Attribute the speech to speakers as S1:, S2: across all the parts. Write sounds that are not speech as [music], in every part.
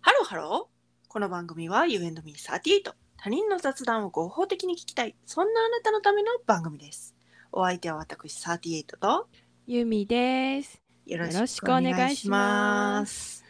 S1: ハロー。この番組は You and me38。他人の雑談を合法的に聞きたい。そんなあなたのための番組です。お相手は私38と
S2: ゆみです。
S1: よ
S2: ろしく
S1: ろしくお願いします。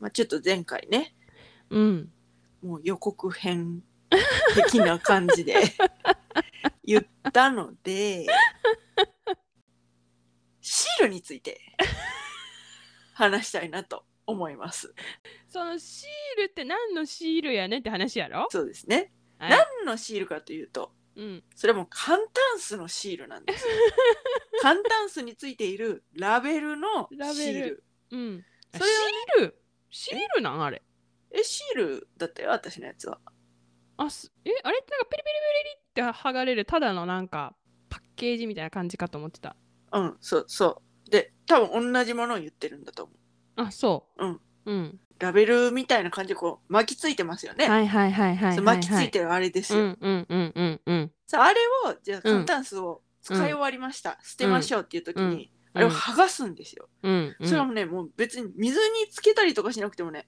S1: まあちょっと前回ね、
S2: うん。
S1: もう予告編的な感じ [laughs] で言ったので、シールについて話したいなと思います。
S2: そのシールって何のシールやねんって話やろ。
S1: そうですね。
S2: はい
S1: 何のシールかというと、
S2: うん。
S1: それも簡単数のシールなん
S2: [laughs]
S1: ですよ。簡単数についているラベルのシ
S2: ラベ
S1: ール。
S2: ルうん。あ
S1: それを
S2: シール。シールなんあれ。
S1: え、シールだったよ、私のやつは。
S2: あすえあれってなんかピリピリピリピリって剥がれるただのなんかパッケージみたいな感じかと思ってた。
S1: うん、そうそう。で、多分同じものを言ってるんだと思う。
S2: あそう。
S1: うん。
S2: うん。
S1: ラベルみたいな感じでこう巻きついてますよね。
S2: はいはいはいはいはい、はい。
S1: そう巻きついてるあれです
S2: う
S1: よ。
S2: んうんうんうんうん。
S1: さああれをじゃあ
S2: うん
S1: 簡単数を使い終わりました、捨てましょうっていう時に、あ
S2: あ
S1: れを剥がすんですよ。
S2: うんうん。
S1: それはもうねもう別に水につけたりとかしなくてもね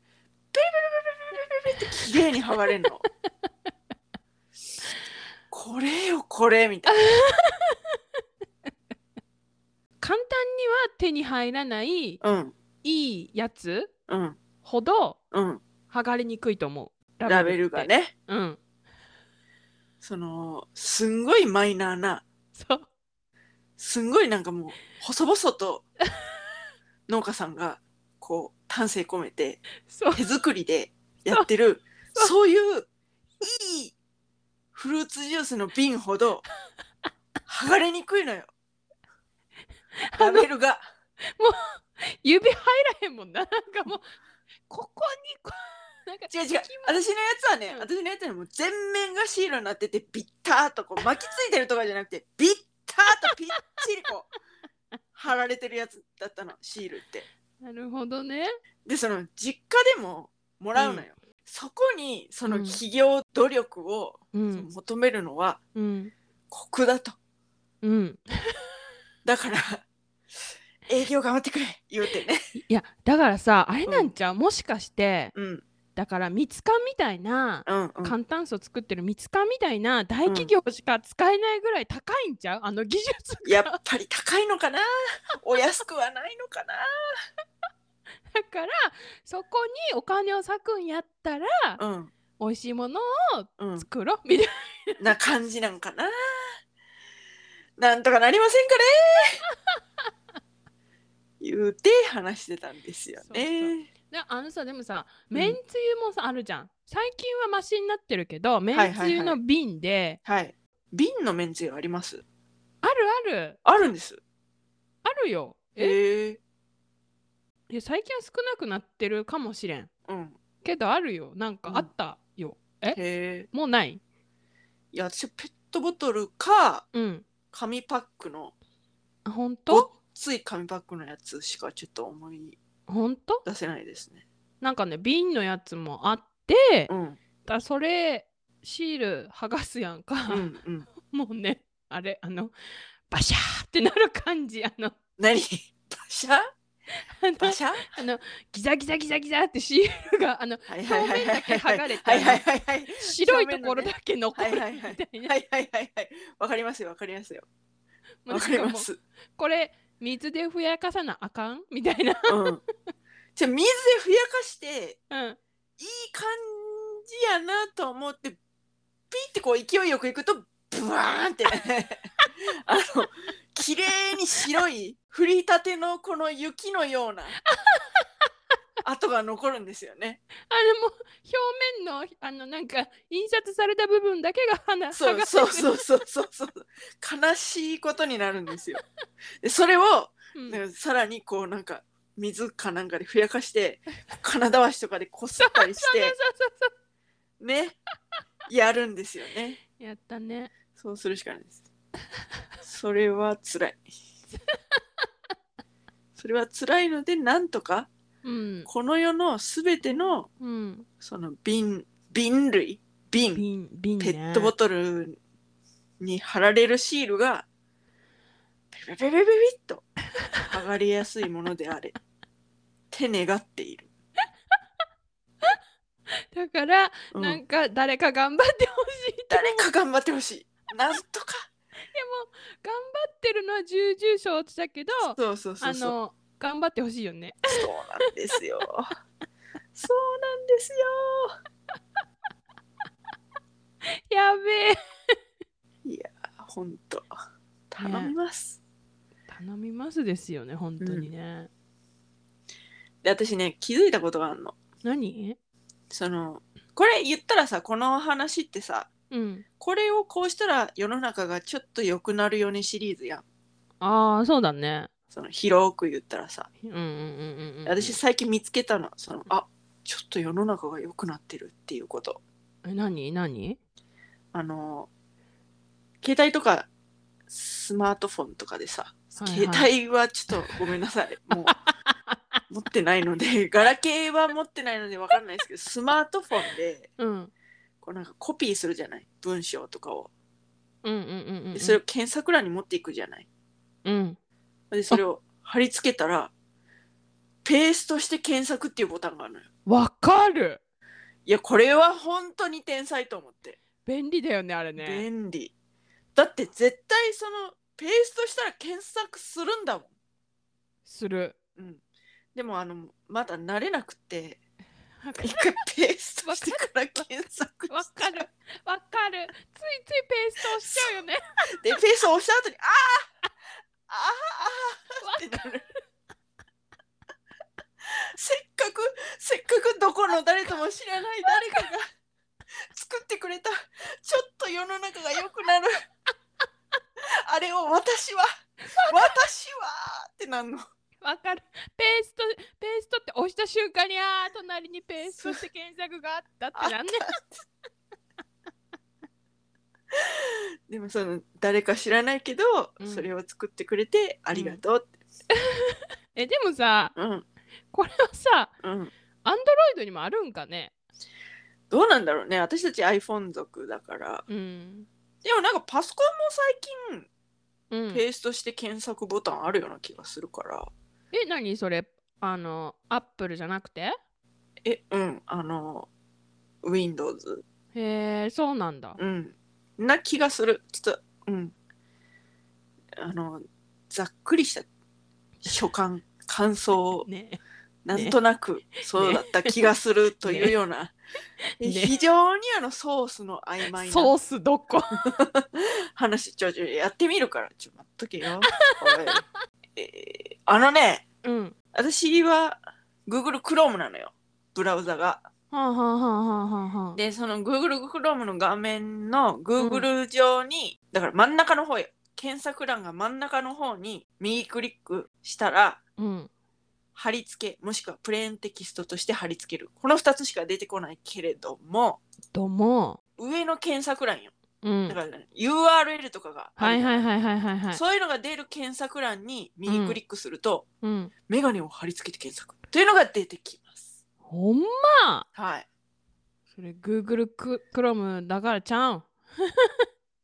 S1: ペリペリペリペリペリペリって綺麗に剥がれるの。これよこれみたいな。
S2: 簡単には手に入らないい
S1: うん
S2: いやつ
S1: うん
S2: ほど
S1: うん。
S2: 剥がれにくいと思う。
S1: ラベル
S2: って
S1: が。ね
S2: うん。
S1: そのすんごいマイナーな
S2: そう。
S1: すんごいなんかもう細々と農家さんがこう丹精込めて
S2: そう。
S1: 手作りでやって
S2: [laughs]
S1: るそういういいフルーツジュースの瓶ほど剥がれにくいのよラベルが
S2: 指入らへんもんな。なんかもう、 [laughs] ここにこ、なんか、
S1: 違う違う私のやつはね
S2: うん
S1: 私のやつはねもう全面がシールになっててビッターっとこう巻きついてるとかじゃなくてビッターっとぴっちりこう貼られてるやつだったのシールって。
S2: なるほどね。
S1: でその実家でももらうのよ、そこにその
S2: うん
S1: 企業努力を
S2: うん。
S1: 求めるのは
S2: うん。
S1: 酷だと
S2: うん。
S1: だから営業頑張ってくれ言うてね
S2: いや、だからさ、あれなんちゃう、もしかして、
S1: うん
S2: だから、蜜缶みたいな、
S1: うんうん
S2: 簡単素作ってる蜜缶みたいな大企業しか使えないぐらい高いんちゃうあの技術
S1: やっぱり高いのかなお安くはないのか
S2: だからそこにお金を割くんやったら
S1: なうん
S2: 美味しいものを
S1: うん
S2: 作ろうみたいな
S1: な感じなんかななんとかなりませんかね言うて話してたんですよね
S2: であのさでもさ
S1: うん
S2: めんつゆもさ、あるじゃん最近はマシになってるけどめ
S1: いはい
S2: んつゆの瓶で、
S1: はい瓶のめんつゆあります
S2: あるある
S1: あるんです
S2: あるよえ
S1: へえ
S2: いや最近は少なくなってるかもしれん
S1: うん
S2: けどあるよなんか
S1: うん
S2: あったよ、え
S1: へえ。
S2: もうない
S1: いや、私ペットボトルか、
S2: うん
S1: 紙パックの、
S2: あほ
S1: ご
S2: ん
S1: っ
S2: と
S1: つい紙パックのやつしかちょっと思い
S2: ほんと
S1: 出せないですね。
S2: なんかね瓶のやつもあって、
S1: うん、
S2: だそれシール剥がすやんか、
S1: うん、うん。
S2: [laughs] もうねあれあのバシャーってなる感じあの
S1: 何 [laughs] パシャ
S2: あの
S1: パシャ
S2: あの [laughs] ギザギザギザギザってシールがあの
S1: はい
S2: 表面だけ
S1: はい
S2: 剥がれて
S1: はいはいはいはい。
S2: 白いところだけ残るみた
S1: はいいはい
S2: [laughs] な。
S1: はいはいはいはい。わかりますよ、わかりますよ。わ
S2: もうな
S1: か
S2: ん
S1: り
S2: か
S1: ま
S2: もう
S1: す。
S2: これ水でふやかさなあかんみたいな。
S1: うん。じゃあ、水でふやかして、
S2: うん、
S1: いい感じやなと思ってピッてこう勢いよくいくとブワーン
S2: [laughs]
S1: ってあの綺麗に白い降りたてのこの雪のような跡が残るんですよね。
S2: [laughs] あれも表面のあのなんか印刷された部分だけが花 [laughs]
S1: そう
S2: が
S1: そうそうそうそうそう悲しいことになるんです
S2: [laughs]
S1: よ。でそれを
S2: うん
S1: なんかさらにこうなんか水かなんかでふやかして金だわしとかでこすったりし
S2: そう [laughs]
S1: て
S2: そうそ
S1: ねやるんですよね。
S2: うやったね。
S1: そうするしかないです。それは辛
S2: [laughs]
S1: い。それは辛いので、なんとか、
S2: うん
S1: この世のすべての、
S2: うん。
S1: その瓶、瓶類、瓶、
S2: 瓶瓶ね。
S1: ペットボトルに貼られるシールが、ペペペペペペペッと、剥がれやすいものであれ。って願っている。
S2: だから、
S1: うん
S2: なんか誰か頑張ってほしいと思う
S1: 誰か頑張ってほしい。なんとか。
S2: でも頑張ってるのは重々承知だけど
S1: そうそうそう
S2: あ
S1: そう。
S2: の頑張ってほしいよね。 [laughs]
S1: そうなんですよ。そうなんですよ。
S2: やべえ
S1: 本当。頼みます。
S2: 頼みますですよね本当にね。
S1: で私ね気づいたことがあるの。
S2: 何
S1: そのこれ言ったらさこの話ってさ
S2: うん。
S1: これをこうしたら世の中がちょっと良くなるよねシリーズやん
S2: ああそうだね。
S1: その広く言ったらさ
S2: うんうんうんうんうん。
S1: 私最近見つけたのそのあちょっと世の中が良くなってるっていうこと
S2: え何何
S1: あの携帯とかスマートフォンとかでさ、
S2: はいはい
S1: 携帯はちょっとごめんなさ
S2: [laughs]
S1: いもう持ってないので [laughs] ガラケーは持ってないので分かんないです
S2: [laughs]
S1: けどスマートフォンで
S2: うん
S1: こうなんかコピーするじゃない文章とかを
S2: うんうんうんうんう
S1: で
S2: ん。
S1: それを検索欄に持っていくじゃない
S2: うん。
S1: でそれを貼り付けたらペーストして検索っていうボタンがあるのよ
S2: わかる
S1: いやこれは本当に天才と思って、
S2: 便利だよねあれね。
S1: 便利だって絶対そのペーストしたら検索するんだも
S2: する。
S1: ん、うん、でもあのまだ慣れなく
S2: [laughs]
S1: て
S2: [laughs] わかる
S1: 一回ペーストしてから検索
S2: わ
S1: して
S2: かるわかるついついペースト押しちゃうよ [laughs] ね。
S1: でペースト押した後にあああーあーってなるせっかくせっかくどこの誰とも知らない誰かが作ってくれたちょっと世の中が良くなるあれを私は私はってなんの
S2: わかるペーストペーストって押した瞬間にあー隣にペーストって検索があったってなんね
S1: でもその誰か知らないけど、
S2: うん
S1: それを作ってくれてありがとうって
S2: えでもさ
S1: うん
S2: これはさ
S1: うん
S2: アンドロイドにもあるんかね
S1: どうなんだろうね私たち iPhone 族だから
S2: うん、
S1: でもなんかパソコンも最近
S2: うん、
S1: ペーストして検索ボタンあるような気がするから、
S2: え何それあのアップルじゃなくて
S1: えうんあの Windows
S2: へえそうなんだ
S1: うんな気がするちょっとうんあのざっくりした所感感想
S2: ね
S1: なんとなくそうだった気がするというような、
S2: ね
S1: 非常にあのソースの曖昧
S2: ソ
S1: な
S2: ースどこ
S1: 話ちょちょやってみるからちょっと待っとけ
S2: [laughs]
S1: よおいえーあのね
S2: うん
S1: 私は Google Chrome なのよブラウザが
S2: はあはあはあはあはあはあ
S1: でその Google Chrome の画面の Google 上に、だから真ん中の方よ検索欄が真ん中の方に右クリックしたら
S2: うん
S1: 貼り付けもしくはプレーンテキストとして貼り付けるこの2つしか出てこないけれども
S2: どうも
S1: 上の検索欄よ
S2: うん
S1: だから、URL とかがあ
S2: は
S1: る
S2: い
S1: じゃ
S2: は
S1: ない
S2: はいはいはいはい
S1: そういうのが出る検索欄に右クリックすると、
S2: うん
S1: メガネを貼り付けて検索というのが出てきます
S2: ほんま
S1: はい
S2: それ Google ク Chrome だからちゃうん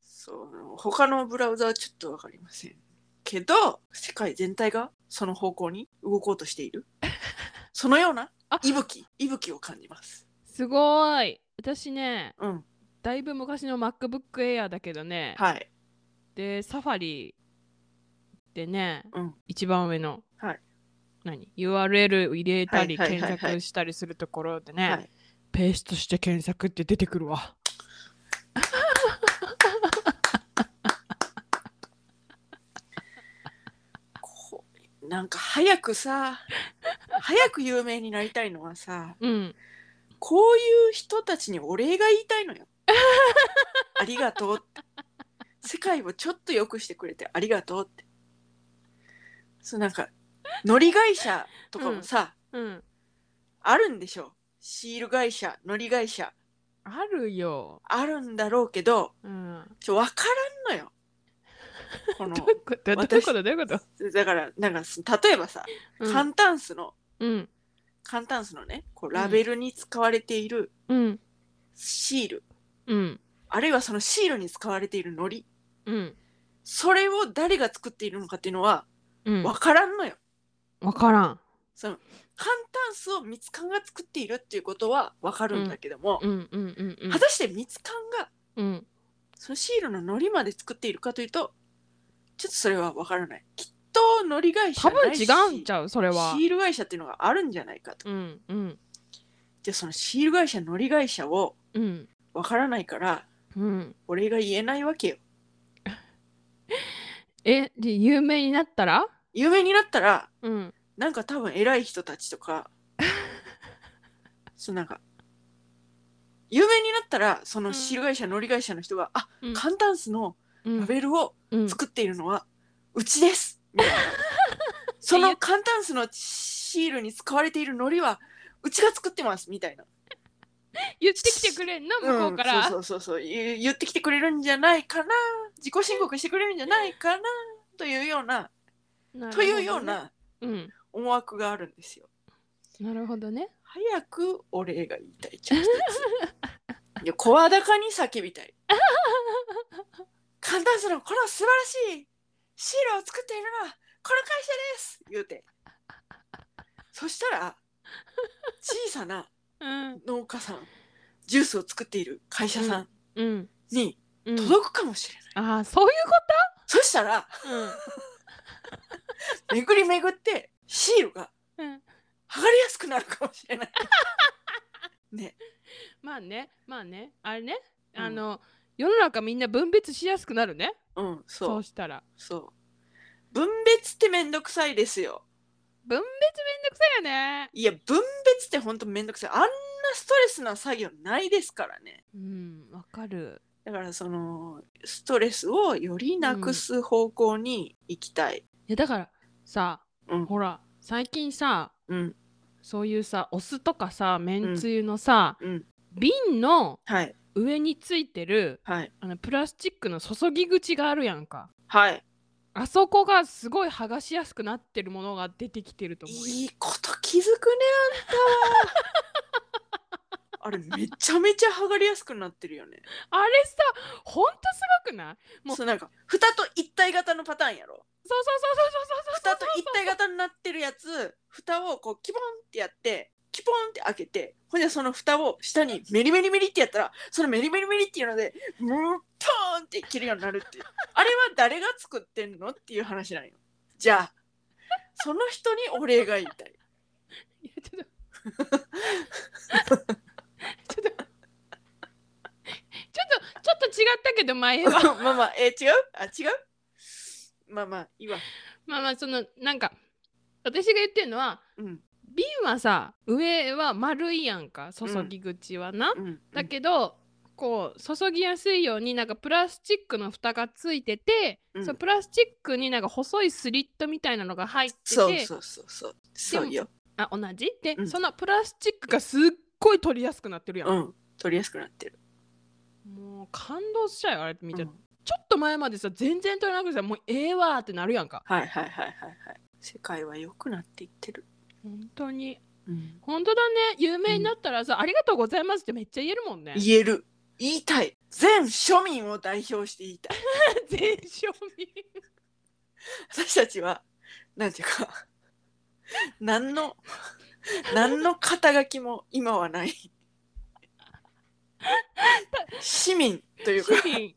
S1: そう他のブラウザはちょっとわかりませんけど世界全体がその方向に動こうとして
S2: [laughs]
S1: いるそのような
S2: あ
S1: 息吹息吹を感じます
S2: すごーい私ね
S1: うん
S2: だいぶ昔の MacBook Air だけどね、
S1: はい
S2: でサファリでね、
S1: うん
S2: 一番上の、
S1: はい
S2: 何 URL 入れたり
S1: はいはいはいはい
S2: 検索したりするところでね、
S1: はい
S2: ペーストして検索って出てくるわ
S1: こうなんか早くさ早く有名になりたいのはさ
S2: うん
S1: こういう人たちにお礼が言いたいのよ [laughs] ありがとうって世界をちょっと良くしてくれてありがとうってそうなんか乗り会社とかもさ、
S2: うん
S1: あるんでしょシール会社乗り会社
S2: あるよ、
S1: あるんだろうけど
S2: うん、
S1: ちょ分からんのよこの
S2: [laughs] どういうことどういうことどういうこと
S1: だからなんかそ例えばさ、
S2: うん
S1: 簡単数の
S2: うん
S1: 簡単数のねこうラベルに使われている
S2: うん
S1: シール、
S2: うん
S1: あるいはそのシールに使われているのり
S2: うん
S1: それを誰が作っているのかっていうのは
S2: うん
S1: 分からんのよ、
S2: わからん
S1: その反単数をミツカンが作っているっていうことはわかるんだけども、
S2: うんうんうんうん
S1: 果たしてミツカンが
S2: うん
S1: そのシールの糊まで作っているかというとちょっとそれはわからないきっと糊会社
S2: 多分
S1: ない
S2: 違
S1: し
S2: うんちゃうそれは
S1: シール会社っていうのがあるんじゃないかと、
S2: うんうん
S1: じゃあそのシール会社糊会社を
S2: うん
S1: わからないから
S2: うん
S1: 俺が言えないわけよ
S2: えで有名になったら
S1: 有名になったら
S2: うん
S1: なんか多分偉い人たちとか
S2: [laughs]
S1: そうなんか有名になったらそのシール会社、乗り会社の人が「あ
S2: うん
S1: カンタンスの
S2: うん
S1: ラベルを
S2: うん
S1: 作っているのはうちです」みたい
S2: [laughs]
S1: なそのカンタンスのシールに使われている糊はうちが作ってますみたいな、
S2: 言ってきてくれんな向こうから、
S1: うんそうそうそうそう言う言ってきてくれるんじゃないかな自己申告してくれるんじゃないかなというような
S2: なるほ
S1: と
S2: どね
S1: いうような
S2: うん
S1: 思惑があるんですよ。
S2: なるほどね
S1: 早くお礼が言いたいちゃん一ついや声高に叫びたい寒暖差のこの素晴らしいシールを作っているのはこの会社です言うてそしたら小さな
S2: うん
S1: 農家さんジュースを作っている会社さん
S2: うん
S1: に
S2: うん
S1: 届くかもしれない、
S2: ああそういうこ
S1: そしたら
S2: とうん
S1: 巡り巡ってシールが
S2: うん
S1: 剥がれやすくなるかもしれないね
S2: まあねまあねあれね、
S1: うん
S2: あの世の中みんな分別しやすくなるね
S1: うん
S2: そう
S1: そう
S2: したら
S1: そう。分別ってめんどくさいですよ。
S2: 分別めんどくさいよね
S1: いや、分別ってほんとめんどくさい。あんなストレスな作業ないですからね。
S2: うんわかる
S1: だからその、ストレスをよりなくす方向に行きたい。
S2: いやだからさ、
S1: うん
S2: ほら最近さ
S1: うん、
S2: そういうさお酢とかさめんつゆのさ、
S1: うん。
S2: 瓶の
S1: はい、
S2: 上についてる
S1: はい、
S2: あのプラスチックの注ぎ口があるやんか
S1: はい。
S2: あそこがすごい剥がしやすくなってるものが出てきてると思うよ
S1: いいこと気づくね、
S2: [laughs]
S1: あんたは。あれ、めちゃめちゃ剥がれやすくなってるよね。
S2: あれさほんとすごくないもう
S1: そう、なんか、蓋と一体型のパターンやろ。
S2: そうそうそうそうそうそう
S1: 蓋と一体型になってるやつ蓋をこうキポンってやってキポンって開けてほんでその蓋を下にメリメリメリってやったらそのメリメリメリっていうのでムーポーンって切るようになるっていうあれは誰が作ってんのっていう話なんよじゃあその人にお礼が言いたい [laughs]
S2: いやちょっとちょっ
S1: [laughs]
S2: とちょっとちょっと違ったけど前は
S1: まあまあえー違うあ違うまあまあいいわ
S2: まあまあそのなんか私が言ってるのは
S1: うん
S2: 瓶はさ上は丸いやんか注ぎ口はな、
S1: うん
S2: だけどこう注ぎやすいようになんかプラスチックの蓋がついてて、
S1: うん
S2: そのプラスチックになんか細いスリットみたいなのが入ってて
S1: そうそうそうそうそうよ
S2: あ同じで、
S1: うん
S2: そのプラスチックがすっごい取りやすくなってるやん、
S1: うん取りやすくなってる
S2: もう感動しちゃうよあれ見て、
S1: うん
S2: ちょっと前までさ全然取れなくてさもうええわーってなるやんか
S1: はいはいはいはいはい世界は良くなっていってる
S2: 本当に
S1: うん
S2: 本当だね有名になったらさ、ありがとうございますってめっちゃ言えるもんね
S1: 言える言いたい全庶民を代表して言いたい
S2: [laughs] 全庶民
S1: 私たちはなんていうか [laughs] 何の何の肩書きも今はない市民と
S2: [laughs]
S1: いうか
S2: 市民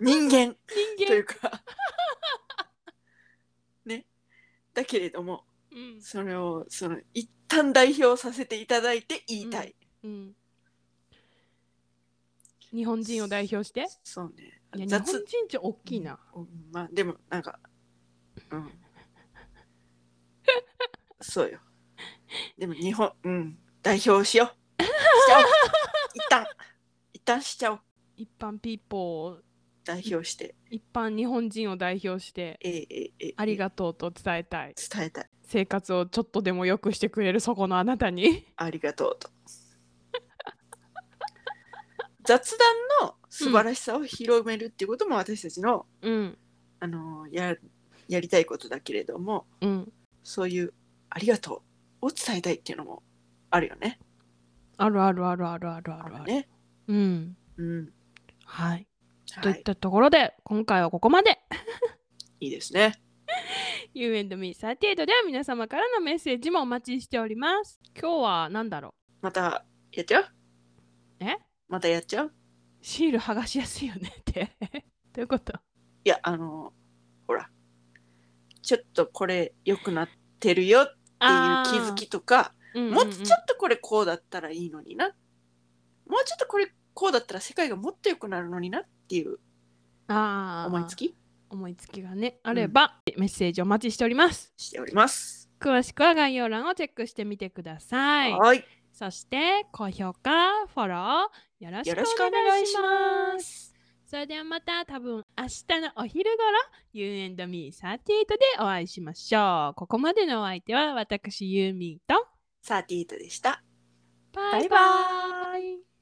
S1: 人間と
S2: 人
S1: い
S2: 間
S1: うか [laughs] ねだけれども
S2: うん
S1: それをその一旦代表させていただいて言いたい、
S2: うん日本人を代表して
S1: そうね
S2: いや日本
S1: 雑
S2: 人って大きいな、
S1: うんまあでもなんか
S2: [laughs]
S1: うんそうよでも日本うん代表しようしち
S2: [laughs]
S1: ゃおう一旦一旦しちゃおう
S2: 一般ピーポーを
S1: 代表して
S2: 一般日本人を代表して
S1: えー、えーえー
S2: ありがとうと伝えたい
S1: 伝えたい
S2: 生活をちょっとでも良くしてくれるそこのあなたに
S1: ありがとうと雑談の素晴らしさを広めるっていうことも私たちの、
S2: うん
S1: あのーややりたいことだけれども
S2: うん
S1: そういうありがとうを伝えたいっていうのもあるよね
S2: あるあるあるあるあるあるある
S1: ね
S2: うん
S1: うん
S2: はい、
S1: は
S2: とい
S1: い
S2: ったところで今回はここまで
S1: いいですね。
S2: You&Me38 では皆様からのメッセージもお待ちしております。今日は何だろ
S1: またやっちゃう
S2: うえ
S1: またやっちゃう
S2: シール剥がしやすいよねって [laughs] どういうこと
S1: いやあのほらちょっとこれ良くなってるよっていう気づきとか
S2: あー、うんうんうん
S1: もうちょっとこれこうだったらいいのになもうちょっとこれこうだったら世界がもっと良くなるのになっていう
S2: あー
S1: 思いつき
S2: 思いつきがねあれば、メッセージお待ちしております
S1: しております。
S2: 詳しくは概要欄をチェックしてみてください
S1: はい
S2: そして高評価フォローよろし
S1: よ
S2: く
S1: ろしく
S2: お
S1: お願
S2: 願い
S1: いし
S2: し
S1: ま
S2: ます
S1: す。
S2: それではまた多分明日のお昼頃 You and me38 でお会いしましょうここまでのお相手は私ユーミンと
S1: サーティートでした。
S2: バイバ
S1: バイバーイ
S2: イ